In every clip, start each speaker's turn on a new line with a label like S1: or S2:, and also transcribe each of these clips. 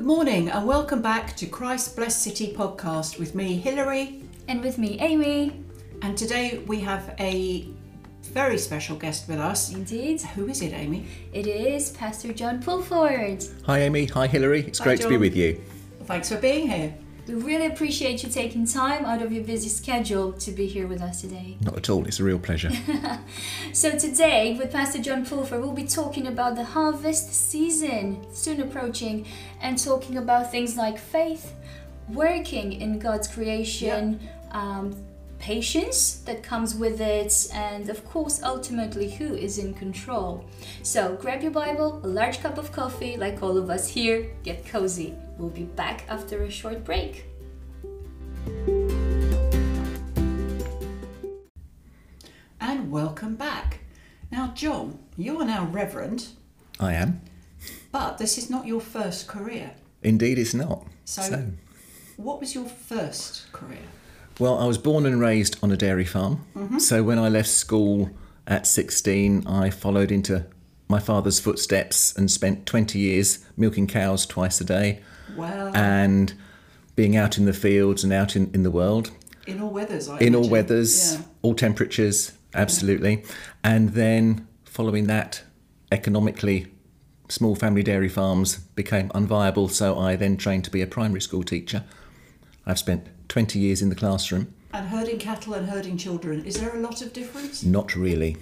S1: morning and welcome back to Christ Blessed City podcast with me, Hilary.
S2: And with me, Amy.
S1: And today we have a very special guest with us.
S2: Indeed,
S1: Who is it, Amy?
S2: it is Pastor John Pulford.
S3: Hi, Amy. Hi, Hilary. It's
S1: Hi,
S3: great to be
S1: John.
S3: with you.
S1: Thanks for being here.
S2: We really appreciate you taking time out of your busy schedule to be here with us today.
S3: Not at all. It's a real pleasure.
S2: So, today with Pastor John Pulford, we'll be talking about the harvest season soon approaching and talking about things like faith, working in God's creation, um, patience that comes with it, and of course, ultimately, who is in control. So, grab your Bible, a large cup of coffee, like all of us here, get cozy. We'll be back after a short break.
S1: And welcome back. Now, John, you are now Reverend,
S3: I am.
S1: but this is not your first career.
S3: Indeed, it's not.
S1: So,
S3: so,
S1: what was your first career?
S3: well, I was born and raised on a dairy farm.
S1: Mm-hmm.
S3: So, when I left school at 16, I followed into my father's footsteps and spent 20 years milking cows twice a day
S1: Well,
S3: Uh, and being out in the fields and out in, in the world.
S1: in all weathers, I
S3: in all
S1: imagine.
S3: weathers,
S1: Yeah.
S3: all temperatures, absolutely. And then following that, economically, small family dairy farms became unviable, so I then trained to be a primary school teacher. I've spent 20 years in the classroom.
S1: And herding cattle and herding children, is there a lot of difference?
S3: Not really.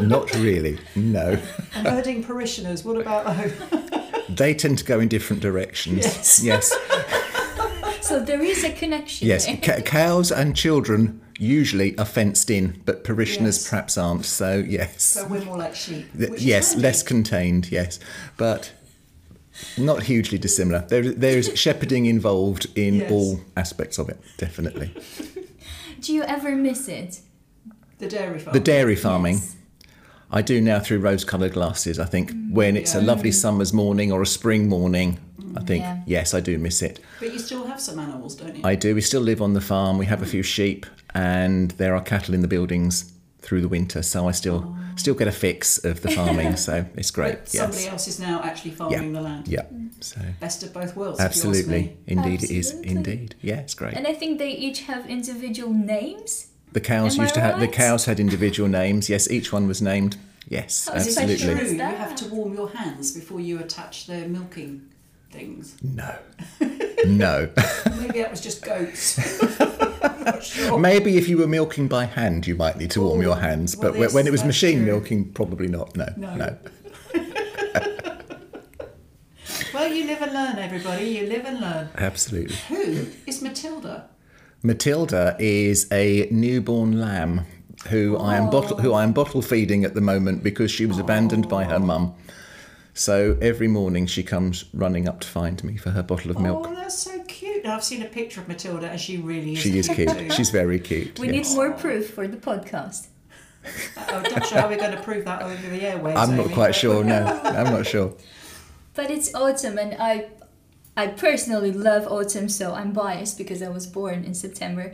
S3: Not really, no.
S1: And herding parishioners, what about oh, those?
S3: They tend to go in different directions.
S1: Yes.
S3: yes.
S2: So, there is a connection.
S3: Yes,
S2: there.
S3: C- cows and children usually are fenced in, but parishioners
S1: Yes.
S3: perhaps aren't. So yes.
S1: So we're more like sheep.
S3: Th-
S1: which
S3: yes,
S1: can be-
S3: less contained, yes, but not hugely dissimilar. There, there is shepherding involved in
S1: Yes.
S3: all aspects of it, definitely.
S2: Do you ever miss it?
S1: The dairy farm.
S3: The dairy farming,
S2: Yes.
S3: I do now through rose-coloured glasses. I think when it's a
S1: Mm, Yeah.
S3: lovely summer's morning or a spring morning, I think
S2: Yeah.
S3: yes, I do miss it.
S1: But you still have some animals, don't you?
S3: I do. We still live on the farm. We have a few sheep, and there are cattle in the buildings through the winter, so I still still get a fix of the farming. so it's great.
S1: Oh. but somebody
S3: yes.
S1: else is now actually farming the land.
S3: Yeah. So.
S1: Best of both worlds. If you ask
S3: Absolutely,
S1: me.
S3: indeed it is.
S2: Absolutely.
S3: Indeed, yeah, it's great.
S2: And I think they each have individual names.
S3: The cows
S2: Am I
S3: used to have the
S2: right?
S3: cows had individual names. Yes, each one was named. Yes,
S2: Oh, is it
S1: Is it
S3: absolutely.
S1: true you
S2: Is that-
S1: have to warm your hands before you attach their milking things?
S3: No, no.
S1: Maybe that was just goats. I'm not
S2: Oh.
S1: sure.
S3: Maybe if you were milking by hand, you might need to warm your hands.
S1: well,
S3: But whe- when
S1: yes,
S3: it was
S1: that's
S3: machine
S1: true.
S3: milking, probably not. No,
S1: No.
S3: no.
S1: Well, you live and learn, everybody. You live and learn.
S3: absolutely.
S1: Who is Matilda?
S3: Matilda is a newborn lamb who I am bottle who I am bottle feeding at the moment because she was abandoned by her mum. So every morning she comes running up to find me for her bottle of milk.
S1: Oh, that's so cute. Now, I've seen a picture of Matilda, and she really is.
S3: She is
S1: too.
S3: cute. She's very cute.
S2: We
S3: yes.
S2: need more proof for the podcast.
S1: I'm not sure how we're going to prove that over the airwaves.
S3: I'm not
S1: Amy,
S3: quite
S1: but-
S3: sure. No, I'm not sure.
S2: But it's autumn, and I, I personally love autumn, so I'm biased because I was born in September,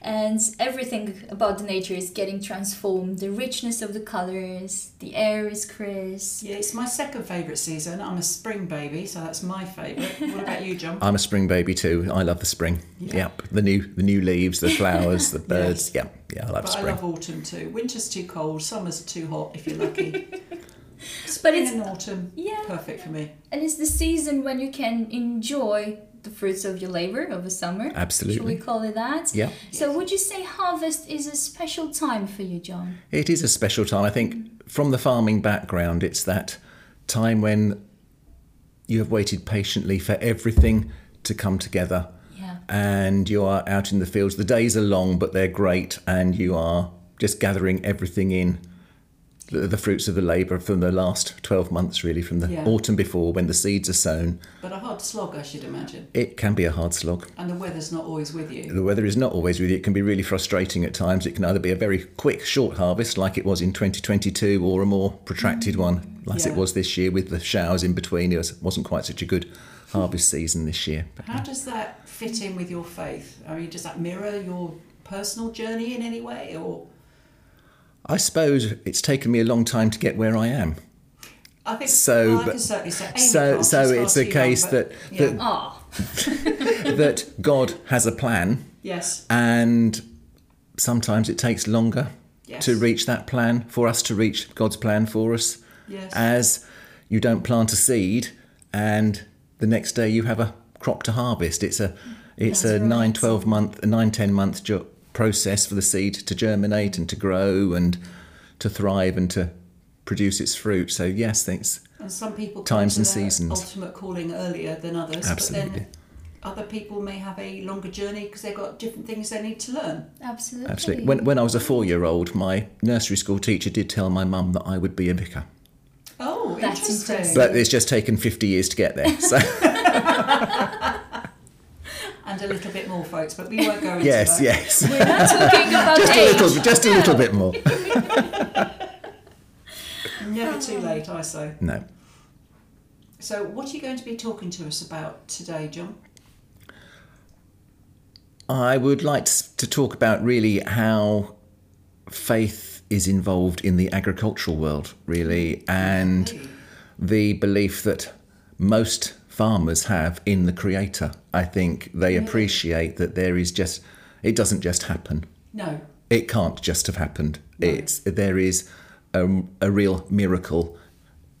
S2: and everything about the nature is getting transformed. The richness of the colors, the air is crisp.
S1: Yeah, it's my second favourite season. I'm a spring baby, so that's my favourite. What about you, John?
S3: I'm a spring baby too. I love the spring.
S1: Yeah.
S3: Yep. The new the new leaves, the flowers, the birds. Yep. Yeah, I love
S1: But I
S3: spring.
S1: love autumn too. Winter's too cold, summer's too hot if you're lucky.
S2: But
S1: In
S2: it's
S1: an autumn,
S2: yeah,
S1: perfect for me.
S2: and it's the season when you can enjoy the fruits of your labor over summer. Should we
S3: Absolutely.
S2: call it that?
S3: Yeah.
S2: So would you say harvest is a special time for you, John?
S3: It is a special time. I think from the farming background, it's that time when you have waited patiently for everything to come together.
S2: Yeah.
S3: And you are out in the fields. The days are long, but they're great, and you are just gathering everything in the, the fruits of the labour from the last 12 months, really, from the
S1: Yeah.
S3: autumn before when the seeds are sown.
S1: But a hard slog, I should imagine.
S3: It can be a hard slog.
S1: And the weather's not always with you.
S3: The weather is not always with you. It can be really frustrating at times. It can either be a very quick, short harvest, like it was in 2022, or a more protracted one, like it
S1: Mm. Yeah.
S3: was this year with the showers in between. It was- wasn't quite such a good harvest season this year.
S1: How does that fit in with your faith? I mean, does that mirror your personal journey in any way? Or
S3: I suppose it's taken me a long time to get where I am.
S1: I think
S3: So,
S1: well, I
S3: but-
S1: can certainly say Amy
S3: so
S1: Clark
S3: so
S1: is
S3: it's
S1: far
S3: a
S1: too
S3: case
S1: young, but-
S3: that
S1: yeah.
S3: that,
S2: Ah,
S3: that God has a plan,
S1: yes,
S3: and sometimes it takes longer
S1: Yes.
S3: to reach that plan for us to reach God's plan for us.
S1: Yes.
S3: As you don't plant a seed, and the next day you have a crop to harvest. It's a it's
S2: That's
S3: a
S2: right.
S3: nine twelve month, a nine ten month jo- process for the seed to germinate and to grow and to thrive and to produce its fruit. So yes, thanks.
S1: and some people come
S3: Times
S1: to
S3: and
S1: their
S3: seasons.
S1: ultimate calling earlier than others. But
S3: Absolutely.
S1: then other people may have a longer journey because they've got different things they need to learn.
S2: absolutely.
S3: Absolutely. When, when I was a four year old, my nursery school teacher did tell my mum that I would be a vicar.
S1: Oh,
S2: That's
S1: interesting.
S2: interesting.
S3: But it's just taken 50 years to get there. So,
S1: and a little bit more, folks. But we won't go into
S3: yes,
S1: that.
S3: yes.
S2: We're not talking about
S3: Just a
S2: age.
S3: little, just a little bit more.
S1: Never
S2: Oh.
S1: too late, I say.
S3: No.
S1: So, what are you going to be talking to us about today, John?
S3: I would like to to talk about really how faith is involved in the agricultural world, really, and the belief that most farmers have in the Creator. I think they appreciate that there is just, it doesn't just happen.
S1: No.
S3: it can't just have happened. It's there is a, a real miracle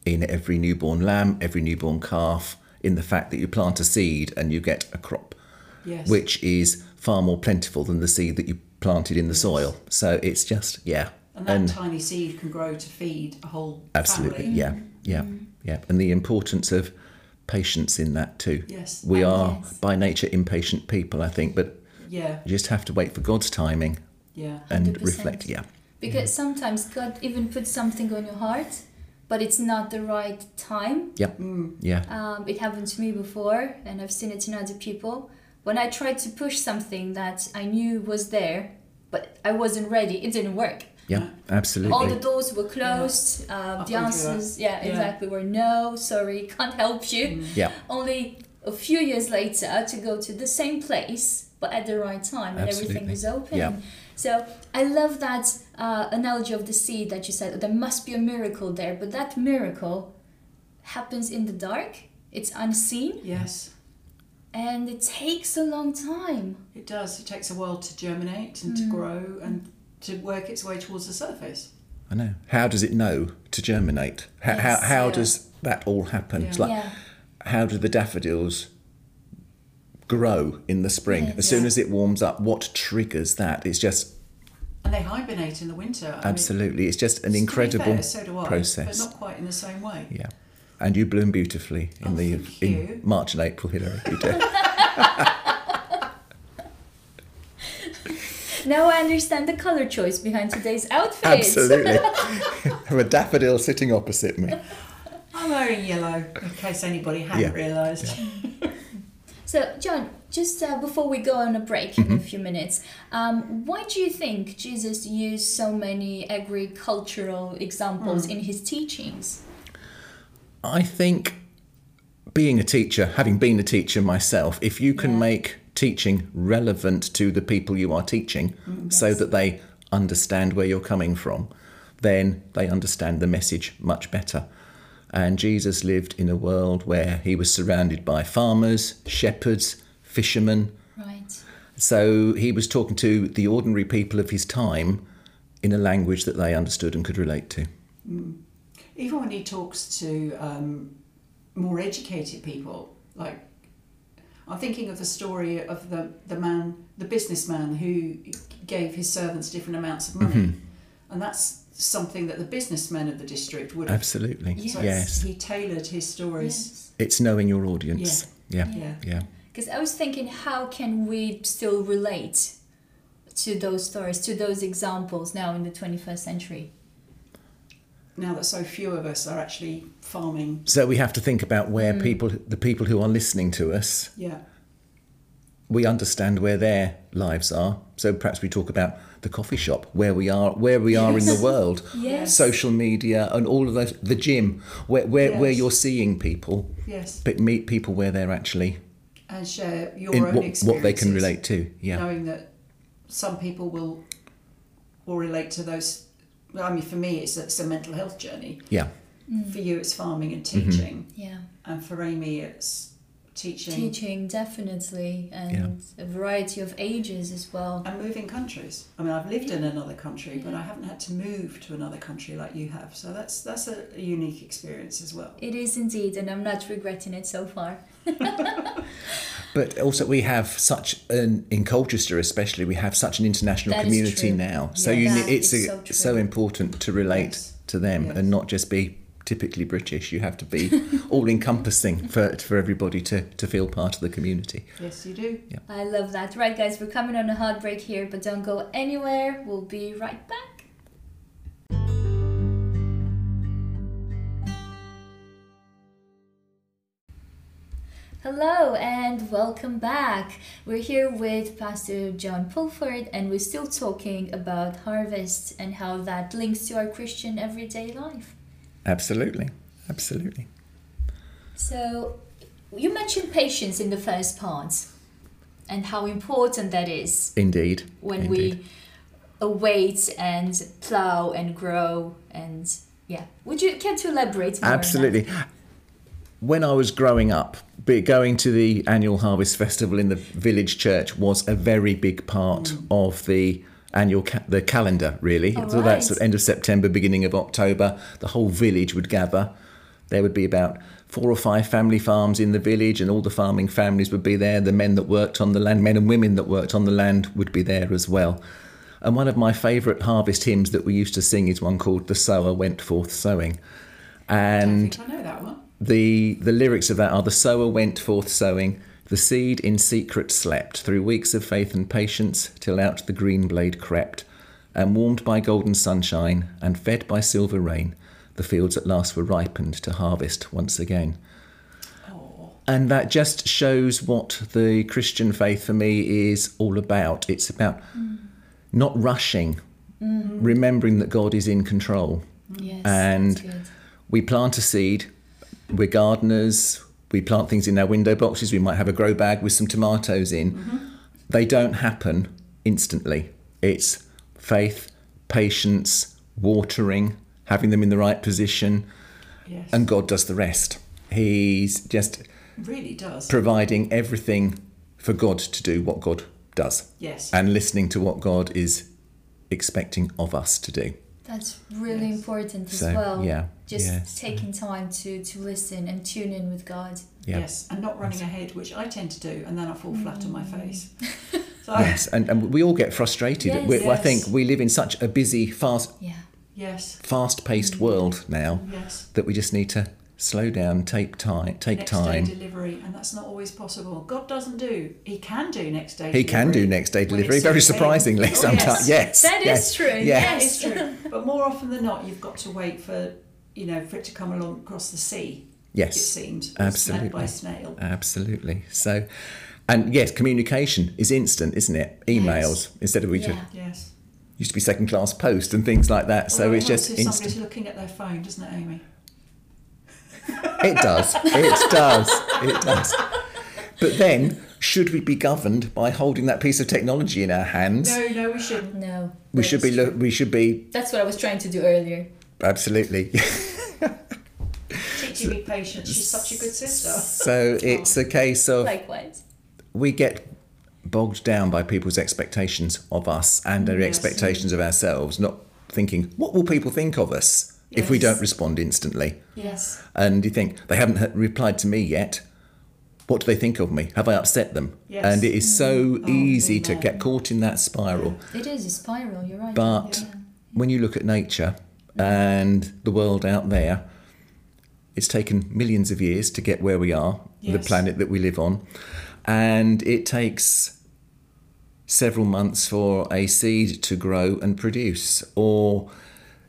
S3: in every newborn lamb, every newborn calf, in the fact that you plant a seed and you get a crop,
S1: Yes.
S3: which is far more plentiful than the seed that you planted in the soil. So it's just yeah,
S1: and that tiny seed can grow to feed a whole
S3: absolutely
S1: family.
S2: Mm.
S3: yeah, yeah, yeah, and the importance of patience in that too.
S1: Yes.
S3: we
S2: Oh,
S3: are
S2: yes.
S3: by nature impatient people, I think, but
S1: Yeah.
S3: you just have to wait for God's timing
S1: Yeah.
S3: and
S2: 100%.
S3: reflect. Yeah,
S2: Because sometimes God even puts something on your heart, but it's not the right time.
S3: yeah, yeah.
S2: Um, it happened to me before, and I've seen it in other people. When I tried to push something that I knew was there, but I wasn't ready, it didn't work.
S3: Yeah, absolutely.
S2: All the doors were closed. Uh,
S1: I've
S2: the
S1: gone through that.
S2: answers, yeah,
S1: Yeah.
S2: exactly, were no, sorry, can't help you.
S3: yeah,
S2: Only a few years later to go to the same place, but at the right time, and everything
S3: Absolutely.
S2: was open.
S3: Yeah.
S2: So I love that uh, analogy of the seed that you said. "Oh, There must be a miracle there, but that miracle happens in the dark. It's unseen,
S1: Yes.
S2: and it takes a long time.
S1: It does. It takes a while to germinate
S2: Mm.
S1: and to grow and to work its way towards the surface.
S3: I know. How does it know to germinate? How,
S2: Yes,
S3: how, how
S1: yeah.
S3: does that all happen? It's
S1: Yeah.
S3: like,
S2: yeah,
S3: how do the daffodils grow in the spring?
S2: Yeah.
S3: As soon
S1: Yeah.
S3: as it warms up, what triggers that? It's just
S1: And they hibernate in the winter. I mean,
S3: absolutely, it's just an
S1: to be
S3: incredible
S1: fair, so do I,
S3: process.
S1: But not quite in the same way.
S3: Yeah. And you bloom beautifully in
S1: Oh,
S3: the
S1: thank
S3: in
S1: you.
S3: March and April, Hilary. You do.
S2: now I understand the color choice behind today's outfit.
S3: Absolutely. Have a daffodil sitting opposite me.
S1: I'm wearing yellow, in case anybody hadn't
S3: Yeah.
S1: realised.
S2: So, John, just uh, before we go on a break in a few minutes, um, why do you think Jesus used so many agricultural examples in his teachings?
S3: I think being a teacher, having been a teacher myself, if you can
S2: Yeah.
S3: make teaching relevant to the people you are teaching
S2: Mm,
S3: so that they understand where you're coming from, then they understand the message much better. And Jesus lived in a world where he was surrounded by farmers, shepherds, fishermen.
S2: Right.
S3: So he was talking to the ordinary people of his time in a language that they understood and could relate to.
S1: Even when he talks to um, more educated people, like I'm thinking of the story of the, the man, the businessman who gave his servants different amounts of money.
S3: Mm-hmm.
S1: And that's something that the businessmen of the district would have.
S3: Absolutely.
S2: Yes.
S1: So
S3: Yes.
S1: it's- he tailored his stories.
S2: Yes.
S3: It's knowing your audience.
S2: Yeah.
S1: Yeah.
S3: Yeah.
S2: Because I was thinking, how can we still relate to those stories, to those examples now in the 21st century?
S1: Now that so few of us are actually farming.
S3: So we have to think about where
S2: Mm.
S3: people, the people who are listening to us,
S1: Yeah.
S3: we understand where their lives are. So perhaps we talk about the coffee shop, where we are, where we are in
S2: Yes.
S3: the world,
S2: Yes.
S3: social media, and all of those. The gym, where where, where
S1: Yes.
S3: you're seeing people,
S1: Yes.
S3: but meet people where they're actually
S1: And share your
S3: in
S1: own
S3: what,
S1: experiences.
S3: what they can relate to. Yeah,
S1: knowing that some people will will relate to those. well, I mean, for me, it's it's a mental health journey,
S3: yeah,
S1: For you, it's farming and
S3: Mm-hmm.
S1: teaching,
S2: Yeah.
S1: and for Amy, it's teaching
S2: Teaching, definitely. And a variety of ages as well.
S1: and moving countries. I mean, I've lived in another country, but I haven't had to move to another country like you have. So that's that's a, a unique experience as well.
S2: It is indeed, and I'm not regretting it so far.
S3: But also, we have such an in Colchester, especially we have such an international
S2: That is
S3: community
S2: true.
S3: now. So
S1: Yeah.
S3: you,
S2: That
S3: ne- it's
S2: is
S3: a,
S2: so
S3: so,
S2: true.
S3: important to relate
S1: Yes.
S3: to them
S1: Yes.
S3: and not just be typically British. You have to be all encompassing for for everybody to to feel part of the community.
S1: Yes, you do.
S2: I love that. Right, guys, we're coming on a hard break here, but don't go anywhere. We'll be right back. Hello and welcome back. We're here with Pastor John Pulford, and we're still talking about harvests and how that links to our Christian everyday life.
S3: Absolutely, absolutely.
S2: So, you mentioned patience in the first part and how important that is.
S3: Indeed.
S2: when
S3: Indeed.
S2: we await and plow and grow and yeah would you care to elaborate more on that?
S3: Absolutely. When I was growing up, be- going to the annual harvest festival in the village church was a very big part of the annual ca- the calendar. Really,
S2: Mm. All
S3: so that's
S2: right.
S3: the end of September, beginning of October. The whole village would gather. There would be about four or five family farms in the village, and all the farming families would be there. The men that worked on the land, men and women that worked on the land, would be there as well. And one of my favourite harvest hymns that we used to sing is one called "The Sower Went Forth Sowing," and
S1: I think I know that one.
S3: the the lyrics of that are the sower went forth sowing the seed in secret slept through weeks of faith and patience till out the green blade crept and warmed by golden sunshine and fed by silver rain the fields at last were ripened to harvest once again
S1: Oh,
S3: and that just shows what the Christian faith for me is all about. It's about not rushing, remembering that God is in control.
S2: yes
S3: And-
S2: that's good.
S3: We plant a seed, we're gardeners, we plant things in our window boxes, we might have a grow bag with some tomatoes in. They don't happen instantly. It's faith, patience, watering, having them in the right position,
S1: yes.
S3: and God does the rest. He's just
S1: really does.
S3: providing everything for God to do what God does
S1: yes.
S3: and listening to what God is expecting of us to do.
S2: that's really
S1: Yes.
S2: important as
S3: So,
S2: well
S3: yeah,
S2: just
S3: yes.
S2: taking time to to listen and tune in with god
S3: Yeah.
S1: Yes, and not running ahead, which I tend to do, and then I fall flat on my face. So
S3: Yes, and, and we all get frustrated.
S2: Yes.
S3: we, I
S1: Yes.
S3: think we live in such a busy, fast,
S2: yeah
S1: yes,
S3: fast-paced world now
S1: yes.
S3: that we just need to slow down, take time, take
S1: Next
S3: time.
S1: day delivery, and that's not always possible. God doesn't do. He can do next day.
S3: he can do
S1: delivery.
S3: next day
S1: When
S3: delivery,
S1: it's
S3: very
S1: okay.
S3: surprisingly
S1: Oh,
S3: sometimes. Yes,
S2: That is
S3: yes,
S2: true,
S3: yes.
S1: That is true. But more often than not, you've got to wait for you know for it to come along across the sea.
S3: Yes.
S1: it seems
S3: Absolutely.
S1: snagged by snail.
S3: Absolutely. So, and yes, communication is instant, isn't it? Emails instead of we
S2: yeah
S1: Yes.
S3: used to be second-class post and things like that. So
S1: Although it
S3: it's
S1: helps
S3: just
S1: if
S3: instant.
S1: somebody's looking at their phone, doesn't it, Amy?
S3: It does. It does. It does. But then, should we be governed by holding that piece of technology in our hands?
S1: No, no, we shouldn't.
S2: no
S3: we should be.
S2: that's-
S3: Lo- we should be
S2: that's what i was trying to do earlier
S3: absolutely.
S1: Teaching me patience. She's such a good sister.
S3: so it's a case of
S2: likewise
S3: we get bogged down by people's expectations of us and their
S1: Yes.
S3: expectations of ourselves, not thinking what will people think of us if we
S1: Yes.
S3: don't respond instantly.
S1: Yes.
S3: and you think they haven't he- replied to me yet what do they think of me have i upset them
S1: Yes. Mm. Oh,
S3: and it is so easy to
S1: amen.
S3: get caught in that spiral
S2: it is a spiral you're right
S3: but
S2: Yeah.
S3: when you look at nature and the world out there it's taken millions of years to get where we are
S1: Yes.
S3: the planet that we live on and it takes several months for a seed to grow and produce or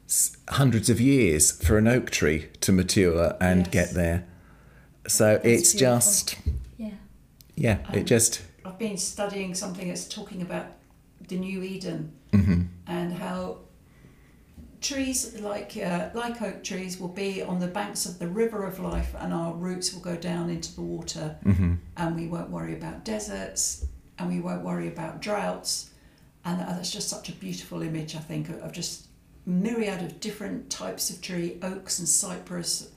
S3: s- hundreds of years for an oak tree to mature and
S1: Yes.
S3: get there so it's
S2: beautiful.
S3: just
S2: yeah
S3: yeah
S1: Um,
S3: it just
S1: I've been studying something that's talking about the New Eden
S3: mm-hmm.
S1: and how trees like uh, like oak trees will be on the banks of the river of life, and our roots will go down into the water, and we won't worry about deserts, and uh, we won't worry about droughts, and that- that's just such a beautiful image. I think of of just myriad of different types of tree oaks and cypress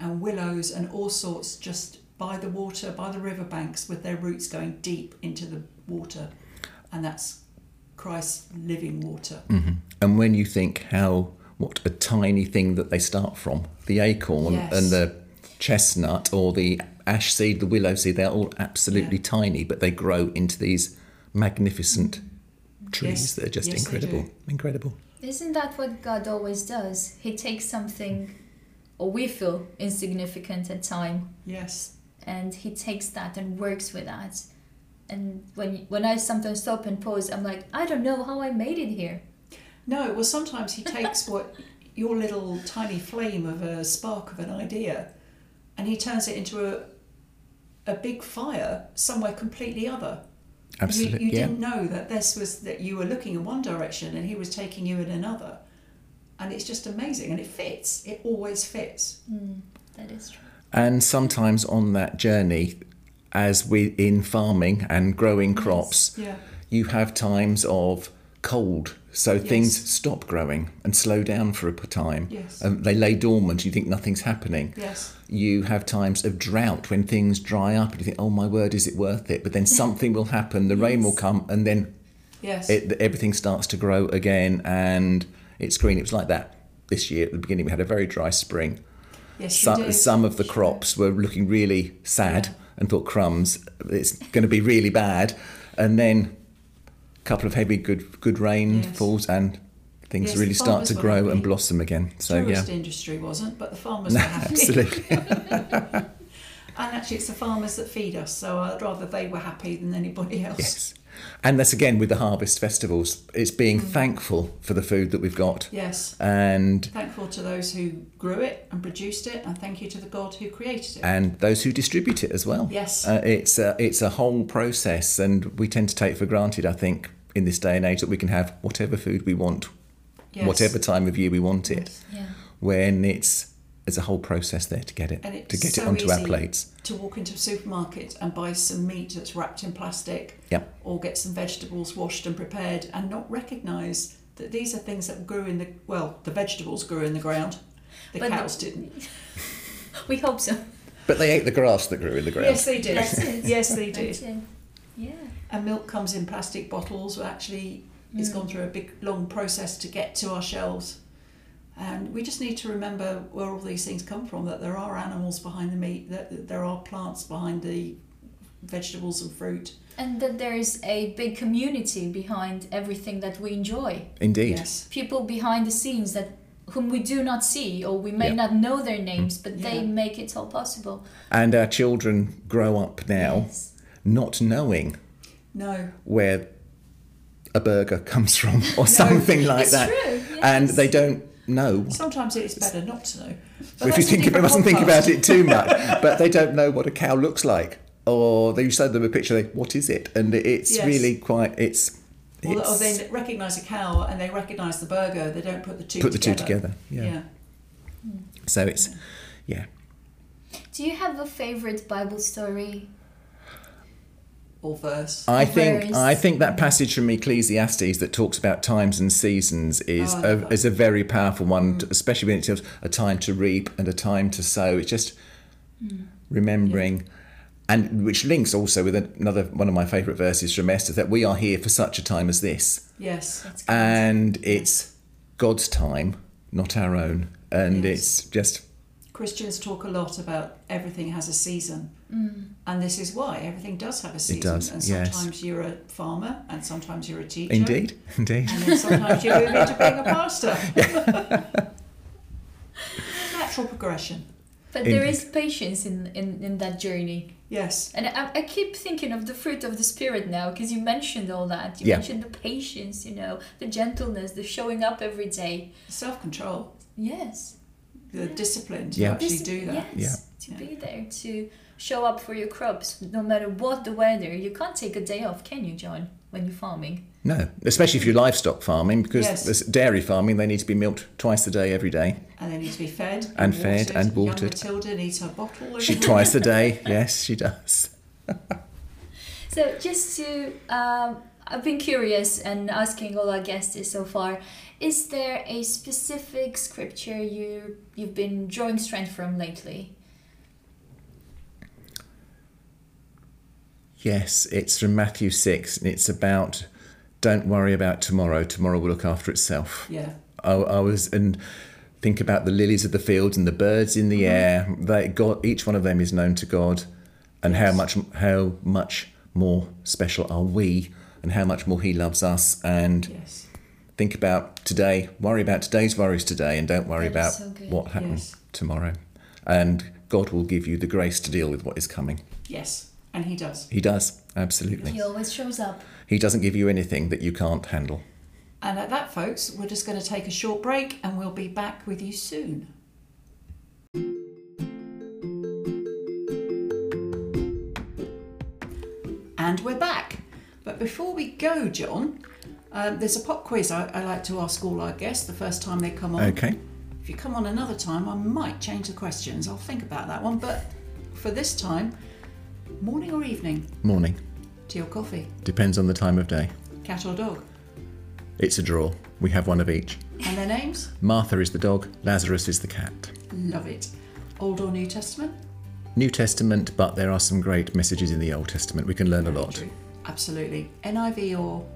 S1: and willows and all sorts just by the water, by the riverbanks, with their roots going deep into the water. And that's Christ's living water.
S3: Mm-hmm. And when you think how what a tiny thing that they start from, the acorn
S1: Yes.
S3: and the chestnut or the ash seed, the willow seed, they're all absolutely tiny, but they grow into these magnificent trees
S1: Yes.
S3: that are just
S1: Yes, they do.
S3: incredible. Incredible.
S2: Isn't that what God always does? He takes something, or we feel insignificant at time,
S1: Yes.
S2: and He takes that and works with that. And when when I sometimes stop and pause, I'm like, I don't know how I made it here.
S1: No, well, sometimes he takes what your little tiny flame of a spark of an idea and he turns it into a, a big fire somewhere completely other.
S3: Absolutely.
S1: You, you
S3: yeah.
S1: didn't know that this was that you were looking in one direction and he was taking you in another, and it's just amazing. And it fits. It always fits.
S2: That is true.
S3: And sometimes on that journey, as we in farming and growing crops,
S1: Yeah.
S3: you have times of cold. So things stop growing and slow down for a p- time.
S1: Yes.
S3: And they lay dormant. You think nothing's happening.
S1: Yes.
S3: You have times of drought when things dry up and you think, oh my word, is it worth it? But then something will happen. The rain will come and then
S1: Yes.
S3: it, everything starts to grow again and it's green. It was like that this year. At the beginning, we had a very dry spring
S1: yes. you
S3: some,
S1: do.
S3: some of the crops were looking really sad and thought crumbs it's going to be really bad and then a couple of heavy good good rainfalls and things
S1: Yes,
S3: really
S1: the
S3: start
S1: farmers
S3: to
S1: were
S3: grow and
S1: happy.
S3: blossom again so
S1: tourist
S3: yeah
S1: industry wasn't, but the farmers were happy.
S3: absolutely
S1: And actually, it's the farmers that feed us, so I'd rather they were happy than anybody else.
S3: yes and that's again with the harvest festivals it's being
S1: Mm.
S3: thankful for the food that we've got
S1: Yes.
S3: and
S1: Thankful to those who grew it and produced it, and thank you to the God who created it.
S3: and those who distribute it as well.
S1: Yes.
S3: uh, it's a, it's a whole process, and we tend to take for granted, I think, in this day and age, that we can have whatever food we want,
S1: Yes.
S3: whatever time of year we want it.
S1: Yes.
S2: Yeah.
S3: When it's there's a whole process there to get it
S1: And it's
S3: to get
S1: so
S3: it onto our
S1: easy
S3: plates.
S1: to walk into a supermarket and buy some meat that's wrapped in plastic
S3: Yep.
S1: or get some vegetables washed and prepared and not recognise that these are things that grew in the well the vegetables grew in the ground the
S2: But the-
S1: cows didn't
S2: We hope so.
S3: But they ate the grass that grew in the ground.
S1: yes they did
S2: That's it.
S1: yes they
S2: That's
S1: did
S2: it. uh, Yeah.
S1: and milk comes in plastic bottles but actually it's gone through a big long process to get to our shelves and we just need to remember where all these things come from that there are animals behind the meat that that there are plants behind the vegetables and fruit
S2: And that there is a big community behind everything that we enjoy.
S3: Indeed.
S1: yes
S2: People behind the scenes that whom we do not see or we may
S3: Yeah.
S2: not know their names, but they
S1: Yeah.
S2: make it all possible.
S3: And our children grow up now
S2: Yes.
S3: not knowing
S1: no
S3: where a burger comes from or something like
S2: It's
S3: that.
S2: true,
S3: And
S2: yes.
S3: they don't know
S1: Sometimes it is better not to know. But
S3: if you
S1: that's a
S3: think about,
S1: different
S3: mustn't think
S1: podcast.
S3: about it too much, but they don't know what a cow looks like, or they show them a picture. They, what is it? And it's
S1: Yes.
S3: really quite. It's,
S1: Or, or
S3: it's-
S1: they recognise a cow and they recognise the burger. They don't put the two
S3: put the
S1: together.
S3: two together. Yeah.
S1: Yeah.
S3: So it's yeah.
S2: Do you have a favorite Bible story?
S1: Or verse.
S3: I
S2: Whereas-
S3: think I think that passage from Ecclesiastes that talks about times and seasons is
S1: Oh, I love
S3: a,
S1: that. Mm.
S3: is a very powerful one, especially when it tells a time to reap and a time to sow. It's just
S1: Mm.
S3: remembering. And which links also with another one of my favourite verses from Esther that we are here for such a time as this.
S1: Yes.
S3: Uh, and it's God's time, not our own. And
S1: Yes.
S3: it's just
S1: Christians talk a lot about everything has a season.
S3: Mm.
S1: And this is why everything does have a season.
S3: does,
S1: and
S3: yes.
S1: sometimes you're a farmer and sometimes you're a teacher.
S3: indeed, indeed.
S1: And then sometimes you're moving to being a pastor. Natural progression.
S2: But there is patience in, in, in that journey.
S1: Yes.
S2: And I, I keep thinking of the fruit of the Spirit now because you mentioned all that. You
S3: Yeah.
S2: mentioned the patience, you know, the gentleness, the showing up every day.
S1: Self control.
S2: Yes.
S1: The discipline to
S3: Yeah.
S1: actually do that.
S2: Yes, to be there, to show up for your crops, no matter what the weather. You can't take a day off, can you, John, when you're farming?
S3: No, especially if you're livestock farming, because
S1: Yes.
S3: there's dairy farming, they need to be milked twice a day, every day,
S1: and they need to be fed
S3: And fed and watered.
S1: Young Matilda needs her bottle. every
S3: she,
S1: week.
S3: twice a day. Yes, she does.
S2: So, just to um, I've been curious and asking all our guests so far, is there a specific scripture you you've been drawing strength from lately?
S3: Yes, it's from Matthew 6, and it's about don't worry about tomorrow, tomorrow will look after itself.
S1: Yeah.
S3: I, I was, and think about the lilies of the field and the birds in the air. They, God, each one of them is known to God, and how much how much more special are we, and how much more He loves us. And
S1: Yes.
S3: think about today, worry about today's worries today, and don't worry
S2: That
S3: about
S2: is so good.
S3: what happens
S1: Yes.
S3: tomorrow. And God will give you the grace to deal with what is coming.
S1: Yes. And he does.
S3: He does absolutely.
S2: He always shows up.
S3: He doesn't give you anything that you can't handle.
S1: And at that, folks, we're just going to take a short break and we'll be back with you soon. And we're back. But before we go, John, um, there's a pop quiz I, I like to ask all our guests the first time they come on.
S3: Okay.
S1: If you come on another time, I might change the questions. I'll think about that one. But for this time, morning or evening,
S3: Morning
S1: tea or coffee,
S3: depends on the time of day.
S1: cat or dog,
S3: It's a draw. We have one of each.
S1: and their names?
S3: Martha is the dog, Lazarus is the cat.
S1: Love it. Old or New Testament?
S3: New Testament, but there are some great messages in the Old Testament. We can learn a lot.
S1: Absolutely. NIV or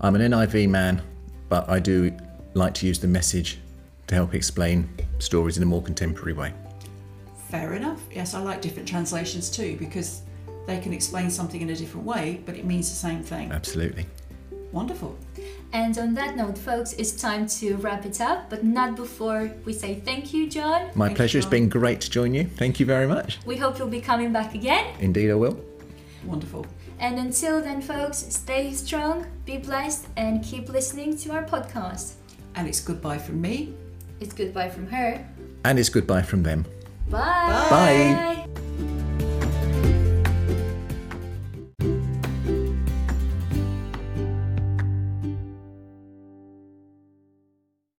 S3: I'm an NIV man, but I do like to use the message to help explain stories in a more contemporary way.
S1: fair enough. Yes, I like different translations too because they can explain something in a different way, but it means the same thing.
S3: Absolutely.
S1: Wonderful.
S2: And on that note, folks, it's time to wrap it up, but not before we say thank you, John.
S3: My
S1: Thank you,
S3: pleasure. It's
S1: John.
S3: been great to join you. Thank you very much.
S2: We hope you'll be coming back again.
S3: Indeed, I will.
S1: Wonderful.
S2: And until then, folks, stay strong, be blessed, and keep listening to our podcast.
S1: And it's goodbye from me.
S2: It's goodbye from her.
S3: And it's goodbye from them.
S2: Bye.
S3: Bye.